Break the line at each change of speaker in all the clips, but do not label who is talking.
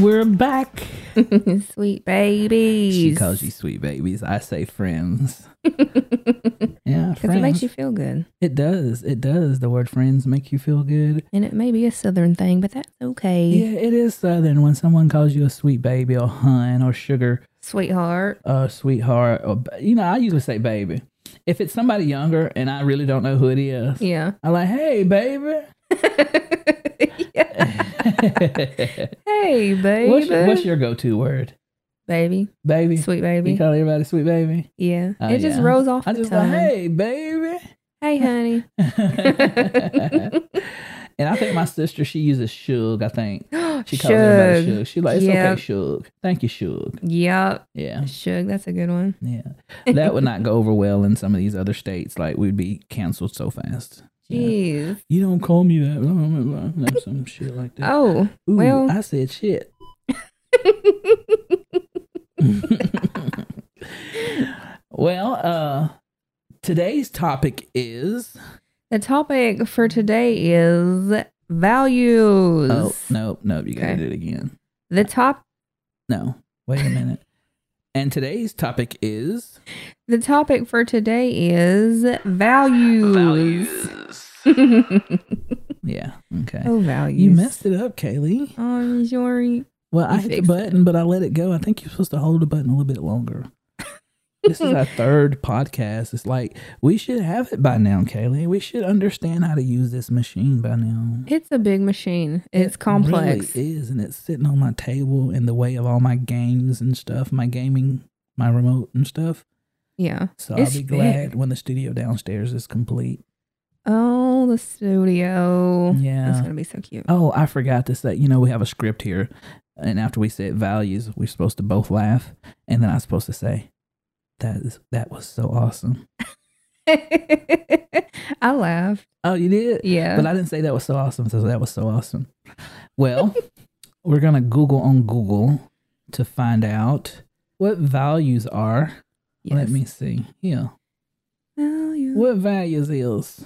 we're back.
Sweet babies.
She calls you sweet babies. I say friends. yeah,
Because
friends.
it makes you feel good.
It does. It does. The word friends make you feel good.
And it may be a southern thing, but that's okay.
Yeah, it is southern when someone calls you a sweet baby or hun or sugar
Sweetheart.
or sweetheart or ba- you know, I usually say baby. If it's somebody younger and I really don't know who it is,
Yeah.
I'm like, "Hey, baby."
yeah. Hey, baby.
What's, your, what's your go-to word?
baby?
Baby.
Sweet baby.
You call everybody sweet baby.
yeah.
Oh,
it just
yeah.
rolls off
I
the
just
tongue.
like, "Hey, baby."
hey. honey.
and I think my sister, she uses shug, I think. She calls
Shug.
everybody shug. She like, it's
Yep.
okay, shug. Thank you, shug.
Yep.
Yeah.
Shug, that's a good one.
Yeah. Oh. That would not go over well in some of these other states. Like, we'd be canceled so fast. Yeah.
Jeez.
You don't call me that. Blah, blah, blah, blah, blah, Some shit like that.
Oh,
Ooh,
well.
I said shit. well, uh, today's topic is.
the topic for today is values.
Oh, no, no, you gotta
Okay.
do it again.
The top
No, wait a minute. and today's topic is
the topic for today is values.
yeah. Okay.
oh, values.
You messed it up, Kaylee.
Oh, I'm sorry.
Well, I
You
hit the
fixed
button, but I let it go. I think you're supposed to hold the button a little bit longer. this is our third podcast. It's like we should have it by now, Kaylee. We should understand how to use this machine by now.
It's a big machine. It's
It
complex.
really is, and it's sitting on my table in the way of all my games and stuff, my gaming, my remote and stuff.
yeah.
So
It's
I'll be
big.
glad when the studio downstairs is complete.
Oh, the studio. That's
Yeah.
gonna be so cute.
Oh, I forgot to say, you know, we have a script here. And after we said values, we're supposed to both laugh. And then I'm supposed to say, that is that was so awesome.
I laughed.
Oh, you did?
Yeah.
But I didn't say that was so awesome. So that was so awesome. Well, we're going to Google on Google to find out what values are.
yes.
Let me see. Yeah.
Values.
What values is?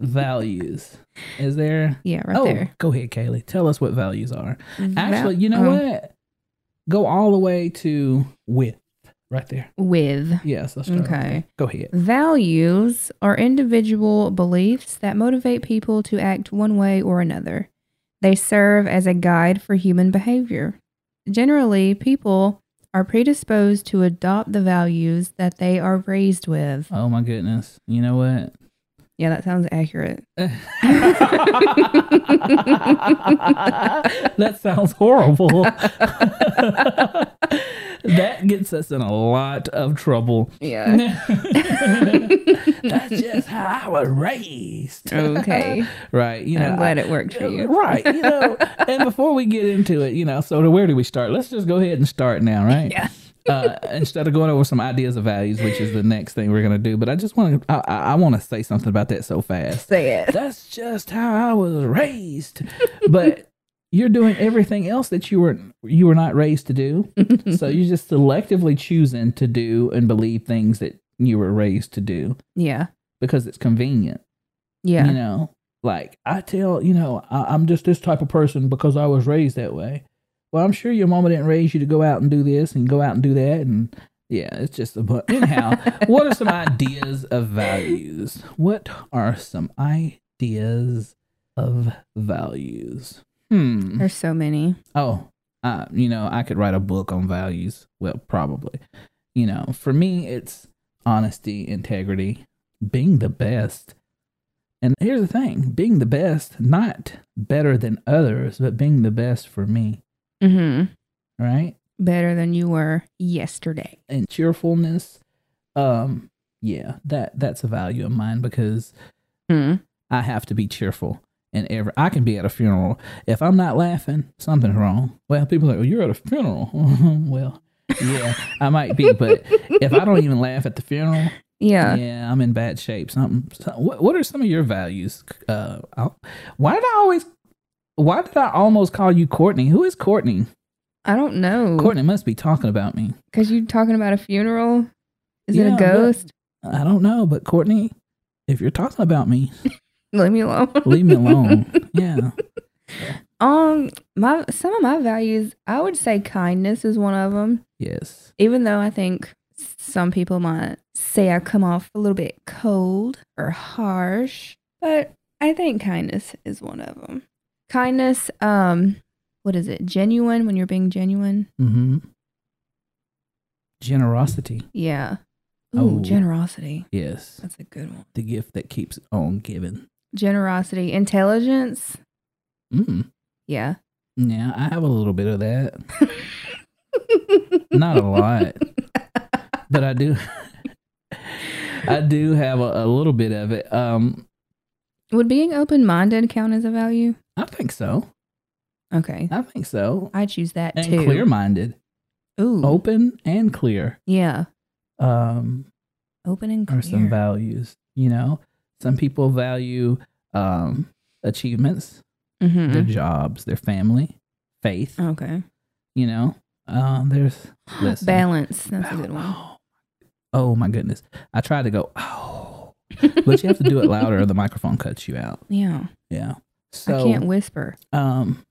values. Is there?
Yeah, right
oh,
there.
go ahead, Kaylee. Tell us what values are. Actually,
Val-
you know
oh,
what? Go all the way to with right there.
With.
Yes, let's start.
Okay.
Go ahead.
Values are individual beliefs that motivate people to act one way or another. They serve as a guide for human behavior. Generally, people are predisposed to adopt the values that they are raised with.
Oh my goodness. You know what?
Yeah, that sounds accurate.
that sounds horrible. that gets us in a lot of trouble.
Yeah.
That's just how I was raised.
Okay.
right. You know,
I'm glad it worked for you.
Right. You know, and before we get into it, you know, so where do we start? Let's just go ahead and start now, right?
Yeah.
uh, instead of going over some ideas of values, which is the next thing we're gonna do, but I just want to, I, I, I want to say something about that so fast.
Say it.
That's just how I was raised. But you're doing everything else that you were you were not raised to do. so you're just selectively choosing to do and believe things that you were raised to do
Yeah.
because it's convenient you
Yeah.
know like i tell you know I, i'm just this type of person because i was raised that way well i'm sure your mama didn't raise you to go out and do this and go out and do that and yeah it's just a but anyhow what are some ideas of values what are some ideas of values hmm
There's so many.
oh uh, you know i could write a book on values well probably you know for me it's honesty integrity being the best and here's the thing being the best not better than others but being the best for me
hmm
right
Better than you were yesterday.
and cheerfulness um yeah that that's a value of mine because
Hmm.
i have to be cheerful and every i can be at a funeral if i'm not laughing something's wrong well people are like well, you're at a funeral well yeah i might be but if i don't even laugh at the funeral
Yeah.
yeah i'm in bad shape something so, what, what are some of your values uh I'll- why did i always why did i almost call you courtney who is courtney
I don't know.
courtney must be talking about me
Because you're talking about a funeral. Is it
Yeah,
a
but-
ghost?
i don't know but courtney if you're talking about me
Leave me alone.
leave me alone yeah
Um, my some of my values, I would say kindness is one of them.
Yes.
Even though I think some people might say I come off a little bit cold or harsh, but I think kindness is one of them. Kindness, um, what is it? Genuine when you're being genuine.
Mm-hmm. Generosity.
Yeah.
Oh.
Ooh, generosity.
Yes.
That's a good one.
The gift that keeps on giving.
Generosity, intelligence.
Mm.
Yeah.
Yeah, I have a little bit of that. Not a lot, but I do. I do have a, a little bit of it. Um,
Would being open-minded count as a value?
I think so.
Okay.
I think so.
I Mm. choose that
And
too.
clear-minded,
Ooh.
open and clear.
Yeah.
Um,
Open and clear.
are some values. You know, some people value um, achievements, their
Mhm.
jobs, their family, faith.
Okay.
You know, um, there's listen.
Balance. That's a good one.
Oh, oh my goodness! I tried to go oh, but you have to do it louder, or the microphone cuts you out.
Yeah.
Yeah.
I
So
can't whisper.
um,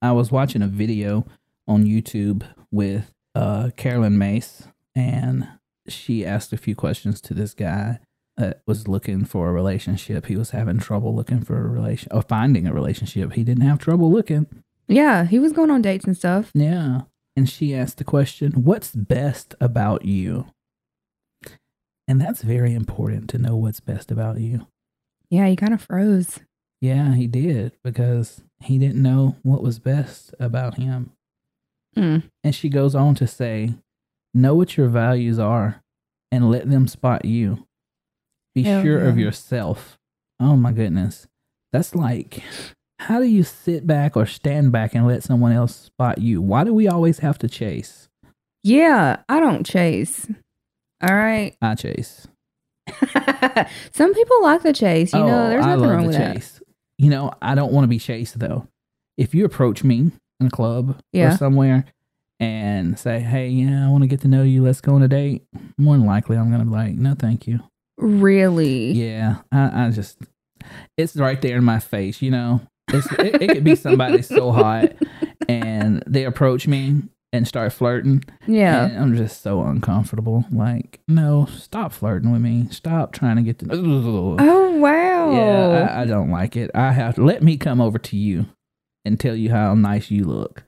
I was watching a video on YouTube with uh, Carolyn Mace, and she asked a few questions to this guy that was looking for a relationship. He was having trouble looking for a relation or finding a relationship. He didn't have trouble looking.
Yeah, he was going on dates and stuff.
Yeah. And she asked the question, What's best about you? And that's very important to know what's best about you.
Yeah, he kind of froze.
Yeah, he did because he didn't know what was best about him.
Mm.
And she goes on to say, Know what your values are and let them spot you. Be
Hell
sure of
yeah.
yourself. Oh my goodness. That's like, how do you sit back or stand back and let someone else spot you? Why do we always have to chase?
Yeah, I don't chase. All right.
I chase.
Some people like the chase. You
Oh,
know, there's nothing wrong with that.
chase. You know, I don't want to be chased though. If you approach me in a club
Yeah.
or somewhere and say, hey, yeah, I want to get to know you, let's go on a date, more than likely I'm going to be like, no, thank you.
Really?
Yeah, I, I just it's right there in my face, you know. It's, it, it could be somebody so hot, and they approach me and start flirting,
Yeah.
and I'm just so uncomfortable. Like, no, stop flirting with me. Stop trying to get to. know
Oh wow.
Yeah, I, I don't like it. I have to let me come over to you and tell you how nice you look,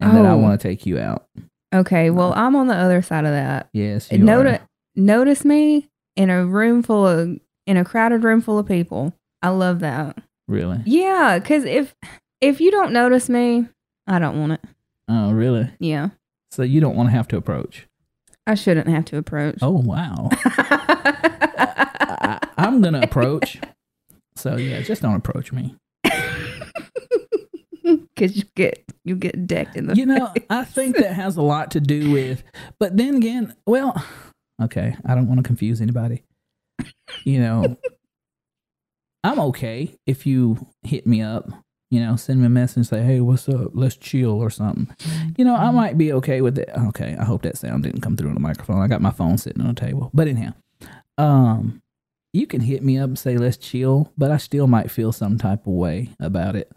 and that I
Oh.
want to take you out.
okay. Well, I'm on the other side of that.
Yes, you
Notice
are.
notice me in a room full of in a crowded room full of people. I love that.
really.
Yeah, because if if you don't notice me, I don't want it.
Oh, really?
Yeah,
So you don't want to have to approach?
I shouldn't have to approach.
Oh, wow. I, I'm gonna approach. So yeah, just don't approach me.
Cause you get you get decked in the
You know, I think that has a lot to do with. But then again, well, okay, I don't want to confuse anybody. You know, I'm okay if you hit me up. You know, send me a message, say, "Hey, what's up? Let's chill" or something.
Mm-hmm.
You know, I might be okay with it. Okay, I hope that sound didn't come through on the microphone. I got my phone sitting on the table, but anyhow, um, you can hit me up and say let's chill, but I still might feel some type of way about it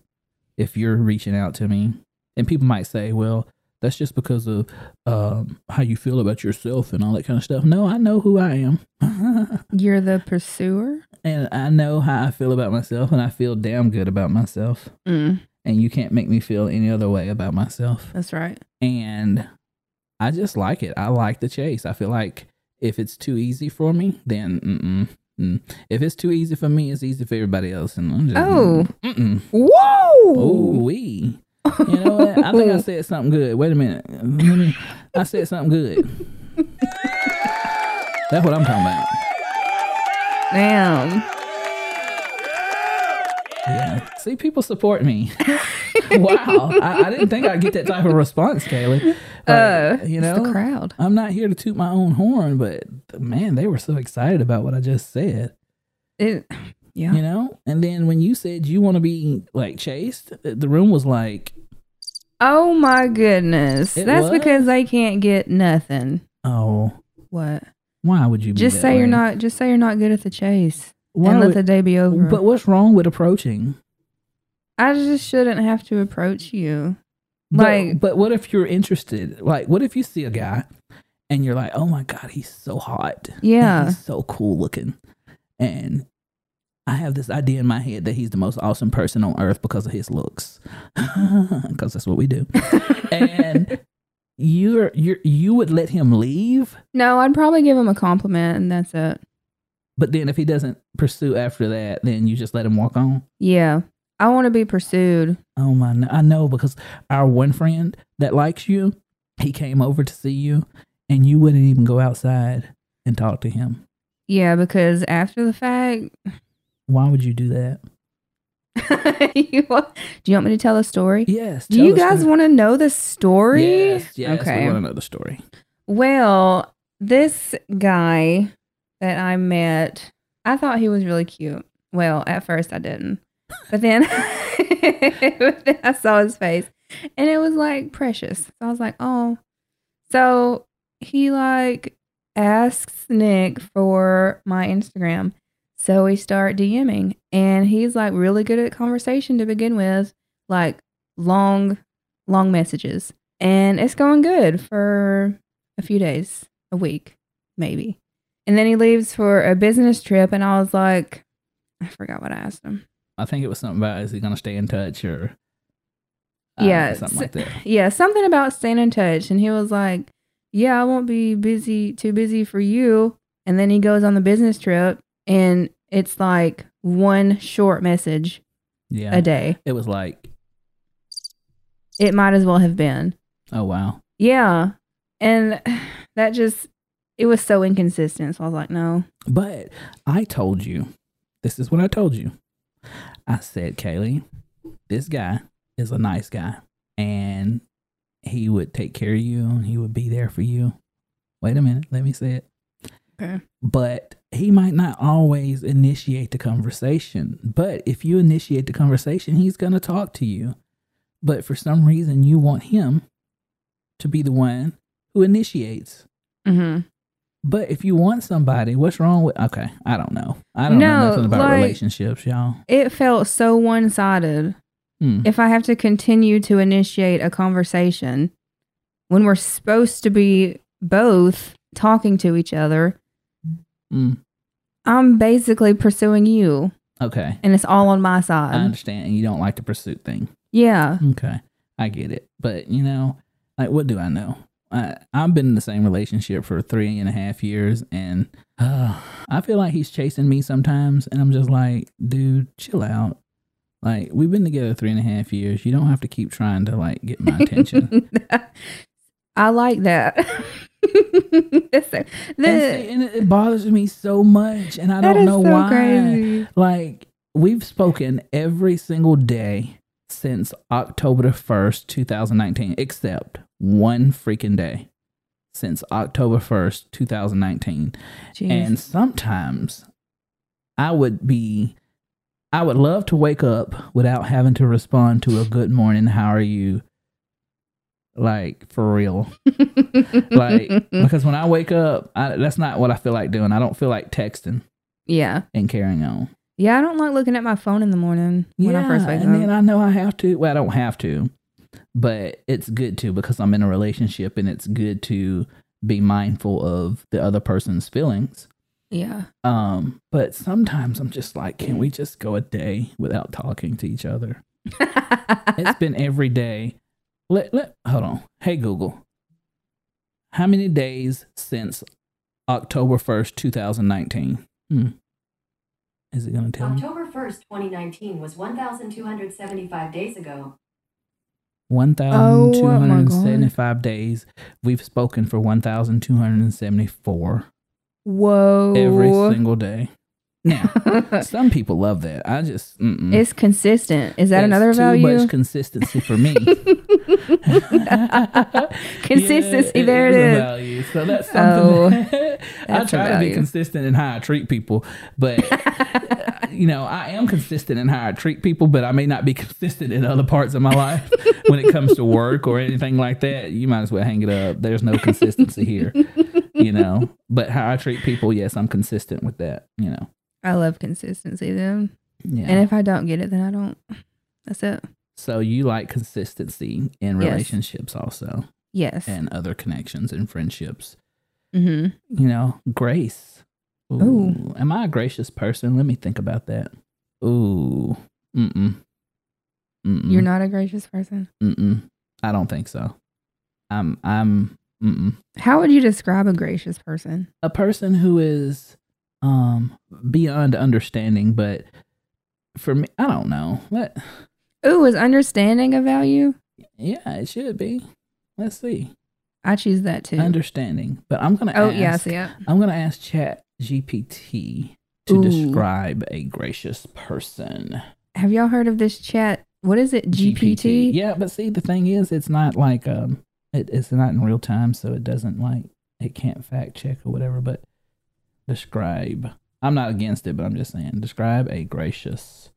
if you're reaching out to me. And people might say, well, that's just because of um, how you feel about yourself and all that kind of stuff. No, I know who I am,
You're the pursuer.
and I know how I feel about myself, and I feel damn good about myself.
Mm,
And you can't make me feel any other way about myself
that's right.
and I just like it. I like the chase. I feel like if it's too easy for me, then mm-mm, mm. if it's too easy for me, it's easy for everybody else. And I'm just,
Oh.
mm-mm. oh,
Whoa.
wee. You know what? I think I said something good. Wait a minute. Let me- I said something good. That's what I'm talking about.
Damn.
Yeah. See, people support me. wow. I, I didn't think I'd get that type of response, Kaylee. Like,
Uh,
you
it's
know,
the crowd.
I'm not here to toot my own horn, but man, they were so excited about what I just said,
It, yeah.
you know? And then when you said you want to be like chased, the room was like,
Oh my goodness.
It
That's
was?
because they can't get nothing.
oh,
What?
why would you be
Just
that
say you're
way?
not. Just say you're not good at the chase,
Why
and let
would-
the day be over.
But what's wrong with approaching?
I just shouldn't have to approach you.
But-
Like-
but, what if you're interested? Like, what if you see a guy and you're like, oh my God, he's so hot. and
Yeah.
He's so cool looking. And I have this idea in my head that he's the most awesome person on earth because of his looks. Because that's what we do. And you're, you're, you would let him leave.
no, I'd probably give him a compliment and that's it.
But then if he doesn't pursue after that, then you just let him walk on.
Yeah. I want to be pursued.
Oh my! I know because our one friend that likes you, he came over to see you, and you wouldn't even go outside and talk to him.
Yeah, because after the fact,
Why would you do that?
you want, do you want me to tell a story?
Yes.
do
tell
you
us
guys
the-
want to know the story?
Yes. yes okay.
okay.
We want another story.
Well, this guy that I met, I thought he was really cute. Well, at first I didn't. But then, but then I saw his face and it was like precious. So I was like, oh. So he like asks Nick for my Instagram. So we start DMing and he's like really good at conversation to begin with, like long, long messages. And it's going good for a few days, a week, maybe. And then he leaves for a business trip, and I was like, I forgot what I asked him.
I think it was something about is he going to stay in touch or uh,
Yeah,
something
so-
like that.
Yeah, something about staying in touch. And he was like, Yeah, I won't be busy, too busy for you. And then he goes on the business trip, and it's like one short message
Yeah.
a day.
It was like,
It might as well have been.
oh wow,
Yeah. And that just, it was so inconsistent. So I was like, No.
but I told you, this is what I told you. I said, Kaylee, this guy is a nice guy and he would take care of you and he would be there for you. Wait a minute, let me say it.
Okay.
But he might not always initiate the conversation. But if you initiate the conversation, he's going to talk to you. But for some reason, you want him to be the one who initiates.
Mm-hmm.
But if you want somebody, what's wrong with? Okay, I don't know. I don't know
No,
nothing about
like-
relationships, y'all.
It felt so one sided.
Hmm.
if I have to continue to initiate a conversation when we're supposed to be both talking to each other,
Mm.
I'm basically pursuing you
Okay,
and it's all on my
I
side.
understand. You don't like the pursuit thing.
yeah.
Okay, I get it. But you know, like, what do I know? I I've been in the same relationship for three and a half years, and uh, I feel like he's chasing me sometimes, and I'm just like, dude, chill out. Like, we've been together three and a half years. You don't have to keep trying to like get my attention.
I like that. That's so-
and,
that-
see, and it it bothers me so much, and I
that
don't
is
know
so
why.
crazy.
Like we've spoken every single day since October the 1st, 2019, except one freaking day since October 1st, 2019.
Jeez.
And sometimes I would be I would love to wake up without having to respond to a good morning, how are you? Like for real. Like because when I wake up, I, that's not what I feel like doing. I don't feel like texting
yeah.
and carrying on.
Yeah, I don't like looking at my phone in the morning when I first wake
and
up.
then I know I have to. Well, I don't have to, but it's good to because I'm in a relationship and it's good to be mindful of the other person's feelings.
yeah.
Um, but sometimes I'm just like, can we just go a day without talking to each other? It's been every day. Let let hold on. Hey Google, how many days since October first, two thousand nineteen? Hmm. Is it gonna tell me?
October 1st, 2019 was 1,275 days ago.
Oh
1,275 days. We've spoken for 1,274
Whoa.
every single day. Now, some people love that. I just, mm-mm.
It's consistent. Is that
Mm-hmm. That's
another
too
value?
much consistency for me.
Consistency,
Yeah,
there it
a
is.
value. So that's
Oh,
something. I
that's a
try to be
value.
consistent in how I treat people, but you know, I am consistent in how I treat people, but I may not be consistent in other parts of my life when it comes to work or anything like that. You might as well hang it up. There's no consistency here, you know. But how I treat people, yes, I'm consistent with that, you know.
I love consistency then.
Yeah.
And if I don't get it, then I don't. That's it.
So you like consistency in
Yes.
relationships also
Yes.
and other connections and friendships.
mm-hmm.
You know, grace. Ooh.
Ooh.
Am I a gracious person? Let me think about that. Ooh. Mm-mm. Mm-mm.
You're not a gracious person.
Mm-mm. I don't think so. I'm I'm mm-mm.
How would you describe a gracious person?
a person who is um beyond understanding, but for me, I don't know. What?
Ooh, is understanding a value?
Yeah, it should be. Let's see.
I choose that too.
Understanding, but I'm gonna.
oh
ask,
yes, yeah.
I'm gonna ask Chat GPT to
Ooh.
describe a gracious person.
Have y'all heard of this chat? What is it? GPT.
Yeah, but see, the thing is, it's not like um, it, it's not in real time, so it doesn't like it can't fact check or whatever. But describe. I'm not against it, but I'm just saying describe a gracious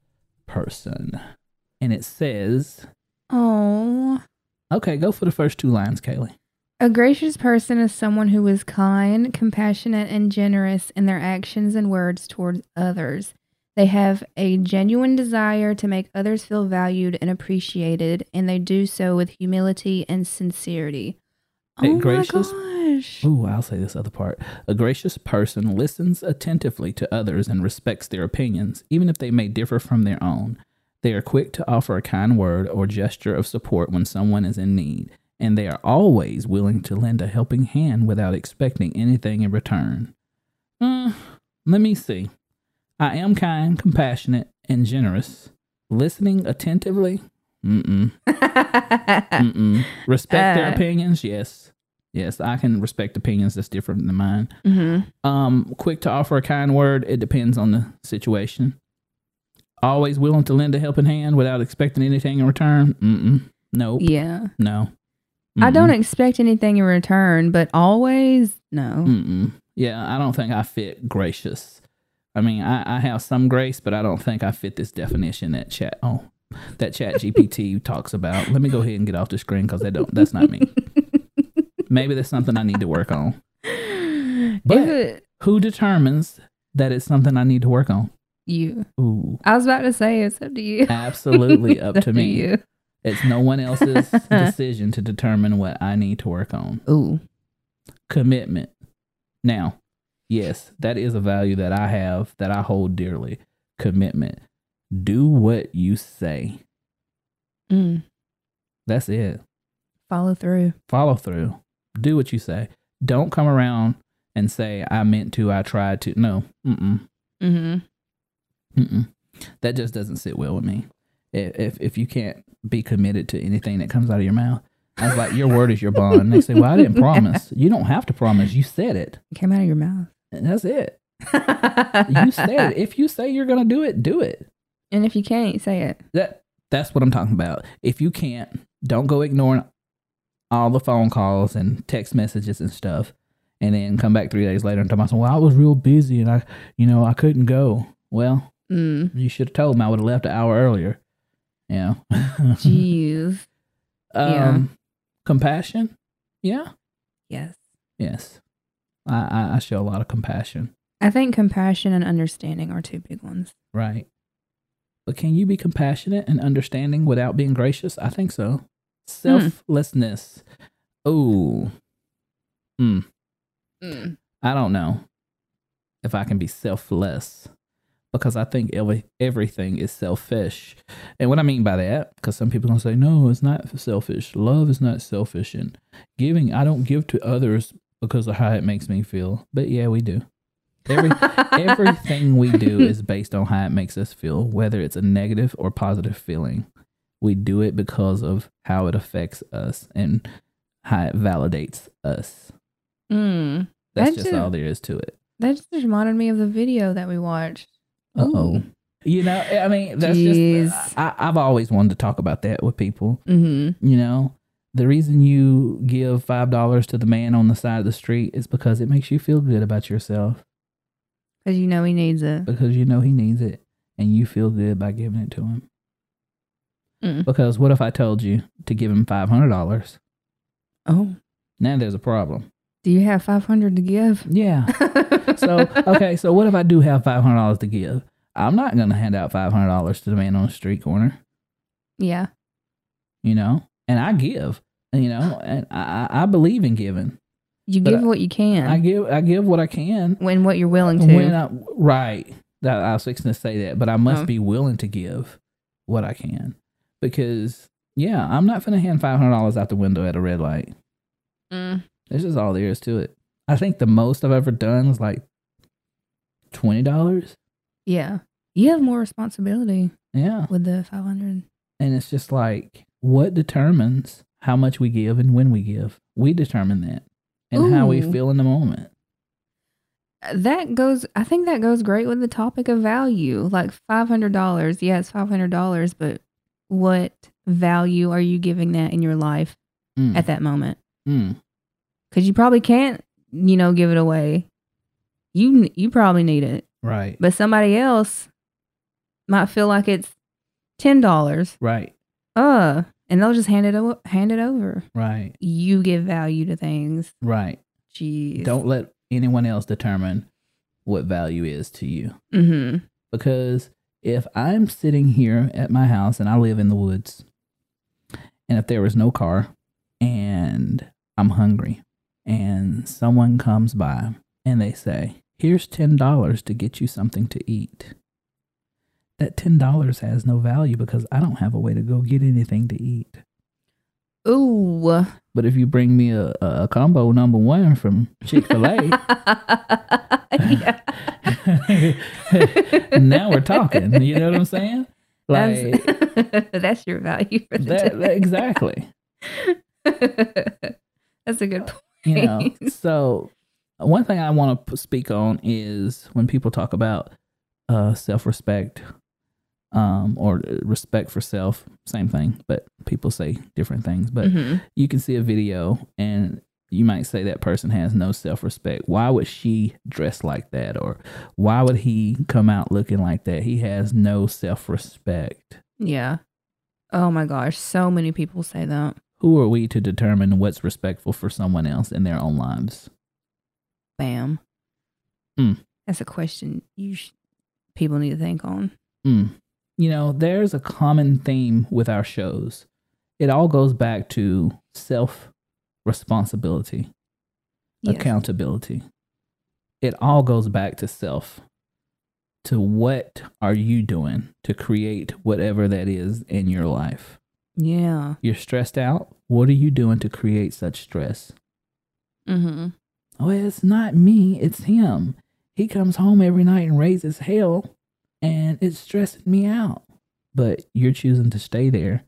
person. And it says,
Oh,
okay, go for the first two lines, Kaylee.
a gracious person is someone who is kind, compassionate, and generous in their actions and words towards others. They have a genuine desire to make others feel valued and appreciated, and they do so with humility and sincerity.
A
Oh
gracious-
my gosh.
Ooh, I'll say this other part. A gracious person listens attentively to others and respects their opinions, even if they may differ from their own. They are quick to offer a kind word or gesture of support when someone is in need, and they are always willing to lend a helping hand without expecting anything in return. Uh, let me see. I am kind, compassionate, and generous. Listening attentively? Mm-mm. Mm-mm. Respect their
Uh.
opinions? Yes. Yes, I can respect opinions that's different than mine.
hmm
Um, quick to offer a kind word. It depends on the situation. Always willing to lend a helping hand without expecting anything in return. Mm-mm. Nope.
Yeah.
No.
I don't
Mm-mm.
expect anything in return, but always, no.
Mm-mm. Yeah, I don't think I fit gracious. I mean, I, I have some grace, but I don't think I fit this definition that chat. Oh, that Chat GPT talks about. Let me go ahead and get off the screen because that don't. That's not me. Maybe that's something I need to work on. But-
If it-
Who determines that it's something I need to work on?
you.
Ooh,
I was about to say it's up to you.
absolutely up
It's
to me.
you.
It's no one else's decision to determine what I need to work on.
Ooh.
Commitment. Now, yes, that is a value that I have that I hold dearly. Commitment. Do what you say.
Mm.
That's it.
Follow through.
Follow through. Do what you say. Don't come around and say, I meant to, I tried to. No, mm-mm,
Mm-hmm.
mm-mm. That just doesn't sit well with me. If, if, if you can't be committed to anything that comes out of your mouth, I was like, your word is your bond. And they say, well, I didn't promise. You don't have to promise. You said it.
It came out of your mouth.
And that's it. You said it. If you say you're going to do it, do it.
And if you can't, say it.
That that's what I'm talking about. If you can't, don't go ignoring all the phone calls and text messages and stuff, and then come back three days later and tell myself, "Well, I was real busy and I, you know, I couldn't go." Well,
Mm.
you should have told me. I would have left an hour earlier. Yeah. um,
Jeez. yeah.
Compassion. Yeah.
yes.
Yes. I, I I show a lot of compassion.
I think compassion and understanding are two big ones.
Right. But can you be compassionate and understanding without being gracious? I think so. Selflessness. Ooh,
Mm.
I don't know if I can be selfless because I think every, everything is selfish. And what I mean by that, because some people going to say, no, it's not selfish. Love is not selfish. And giving, I don't give to others because of how it makes me feel. But yeah, we do. Every, everything we do is based on how it makes us feel, whether it's a negative or positive feeling. We do it because of how it affects us and how it validates us.
Mm.
That's
That
just
too.
all there is to it.
That just reminded me of the video that we watched.
Uh oh.
Ooh.
You know, I mean, that's
Jeez.
just. I, I've always wanted to talk about that with people.
Mm-hmm.
You know, the reason you give five dollars to the man on the side of the street is because it makes you feel good about yourself
Because you know he needs it.
because you know he needs it and you feel good by giving it to him.
Mm.
Because what if I told you to give him five hundred dollars?
Oh.
Now there's a problem.
Do you have 500 to give?
Yeah. So okay, so what if I do have five hundred dollars to give? I'm not gonna hand out five hundred dollars to the man on the street corner.
Yeah.
you know, and I give, you know, and I, I I believe in giving.
You
But
give
I-
what you can
I give, I give what I can.
when what you're willing to.
When I, right, that I was fixing to say that, but I must
Oh.
be willing to give what I can because, yeah, I'm not gonna hand five hundred dollars out the window at a red light.
Mm.
This is all there is to it. I think the most I've ever done was like twenty dollars.
Yeah. You have more responsibility
Yeah,
with the 500.
and it's just like what determines how much we give and when we give. We determine that and how we
Ooh.
feel in the moment.
Uh, That goes, I think that goes great with the topic of value. Like $500. Yeah, it's $500, but what value are you giving that in your life
Mm,
at that moment?
mm,
Because you probably can't, you know, give it away. You, you probably need it,
right.
but somebody else might feel like it's $10.
Right,
Uh, and they'll just hand it, o- hand it over.
right,
You give value to things.
right.
Jeez.
Don't let anyone else determine what value is to you.
Mm-hmm.
Because if I'm sitting here at my house and I live in the woods, and if there was no car and I'm hungry and someone comes by and they say, Here's $10 to get you something to eat, that $10 has no value because I don't have a way to go get anything to eat.
Ooh.
But if you bring me a, a a combo number one from Chick fil A,
yeah.
now we're talking. You know what I'm saying? Like
that's, that's your value for the
that, that-
day.
exactly.
that's a good point.
You know. So one thing I want to speak on is when people talk about uh, self-respect um, or respect for self, same thing, but people say different things. But
Mhm.
you can see a video and you might say that person has no self respect. Why would she dress like that? Or why would he come out looking like that? He has no self respect.
Yeah. Oh my gosh. So many people say that.
Who are we to determine what's respectful for someone else in their own lives?
Bam.
Mm.
That's a question you sh- people need to think on.
Mm. You know, there's a common theme with our shows. It all goes back to self responsibility.
Yes.
accountability. It all goes back to self. To what are you doing to create whatever that is in your life?
Yeah.
You're stressed out. What are you doing to create such stress?
Mm-hmm.
Oh, it's not me, it's him. He comes home every night and raises hell, and it's stressing me out. But you're choosing to stay there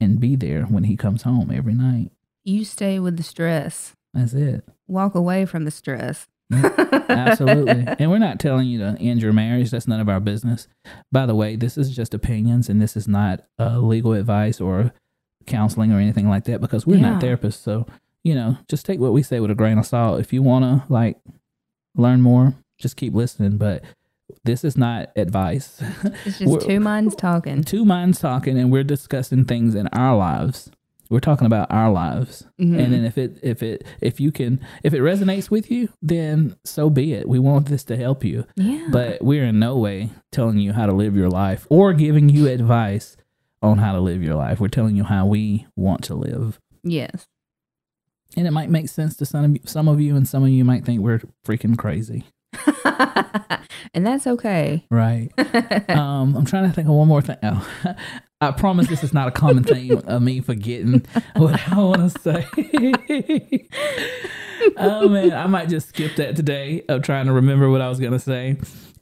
and be there when he comes home every night.
You stay with the stress.
That's it.
Walk away from the stress.
Mm-hmm. Absolutely. and we're not telling you to end your marriage. That's none of our business. By the way, this is just opinions and this is not uh, legal advice or counseling or anything like that because we're not
Yeah.
therapists. So, you know, just take what we say with a grain of salt. If you want to like learn more, just keep listening. But this is not advice.
It's just
We're-
two minds talking.
Two minds talking and we're discussing things in our lives. We're talking about our lives
Mhm.
and then if it if it if you can if it resonates with you then so be it we want this to help you
Mm-hmm. yeah.
but we're in no way telling you how to live your life or giving you advice on how to live your life we're telling you how we want to live
yes.
and it might make sense to some of you, some of you and some of you might think we're freaking crazy
and that's okay.
right um i'm trying to think of one more thing oh i promise this is not a common thing of me forgetting what i want to say oh man, I might just skip that today of trying to remember what I was gonna say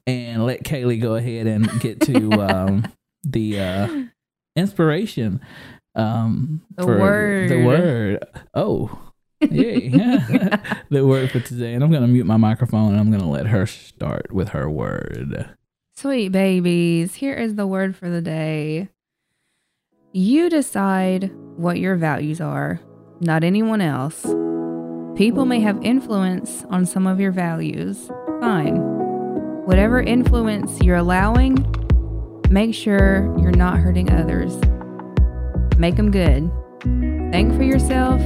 and let Kaylee go ahead and get to um, the uh, inspiration. Um,
The
for The
word.
word. Oh, yay! the word for today, and I'm gonna mute my microphone and I'm gonna let her start with her word.
Sweet babies, here is the word for the day. You decide what your values are, not anyone else. People may have influence on some of your values. Fine. Whatever influence you're allowing, make sure you're not hurting others. Make them good. Think for yourself,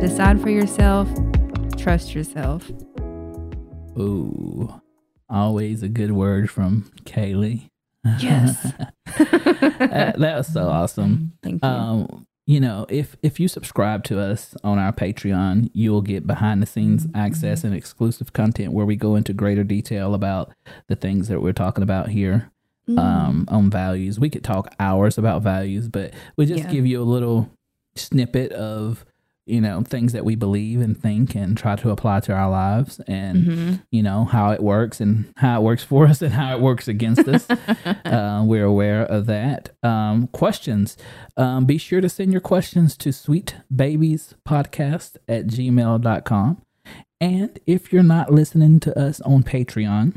decide for yourself, trust yourself.
Ooh, always a good word from Kaylee.
Yes.
that, that was so awesome.
Thank you.
Um, you know, if if you subscribe to us on our Patreon, you'll get behind the scenes access and exclusive content where we go into greater detail about the things that we're talking about here
Mm.
um, on values. We could talk hours about values, but we just
Yeah.
give you a little snippet of you know things that we believe and think and try to apply to our lives and
Mhm.
you know how it works and how it works for us and how it works against us uh, we're aware of that um, questions um, be sure to send your questions to sweetbabiespodcast at gmail.com and if you're not listening to us on patreon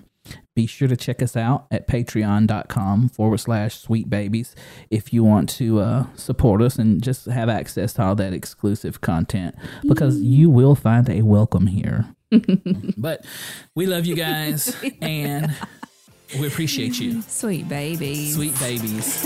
be sure to check us out at patreon.com forward slash sweet babies if you want to uh, support us and just have access to all that exclusive content because you will find a welcome here but we love you guys and we appreciate you.
Sweet baby.
Sweet babies.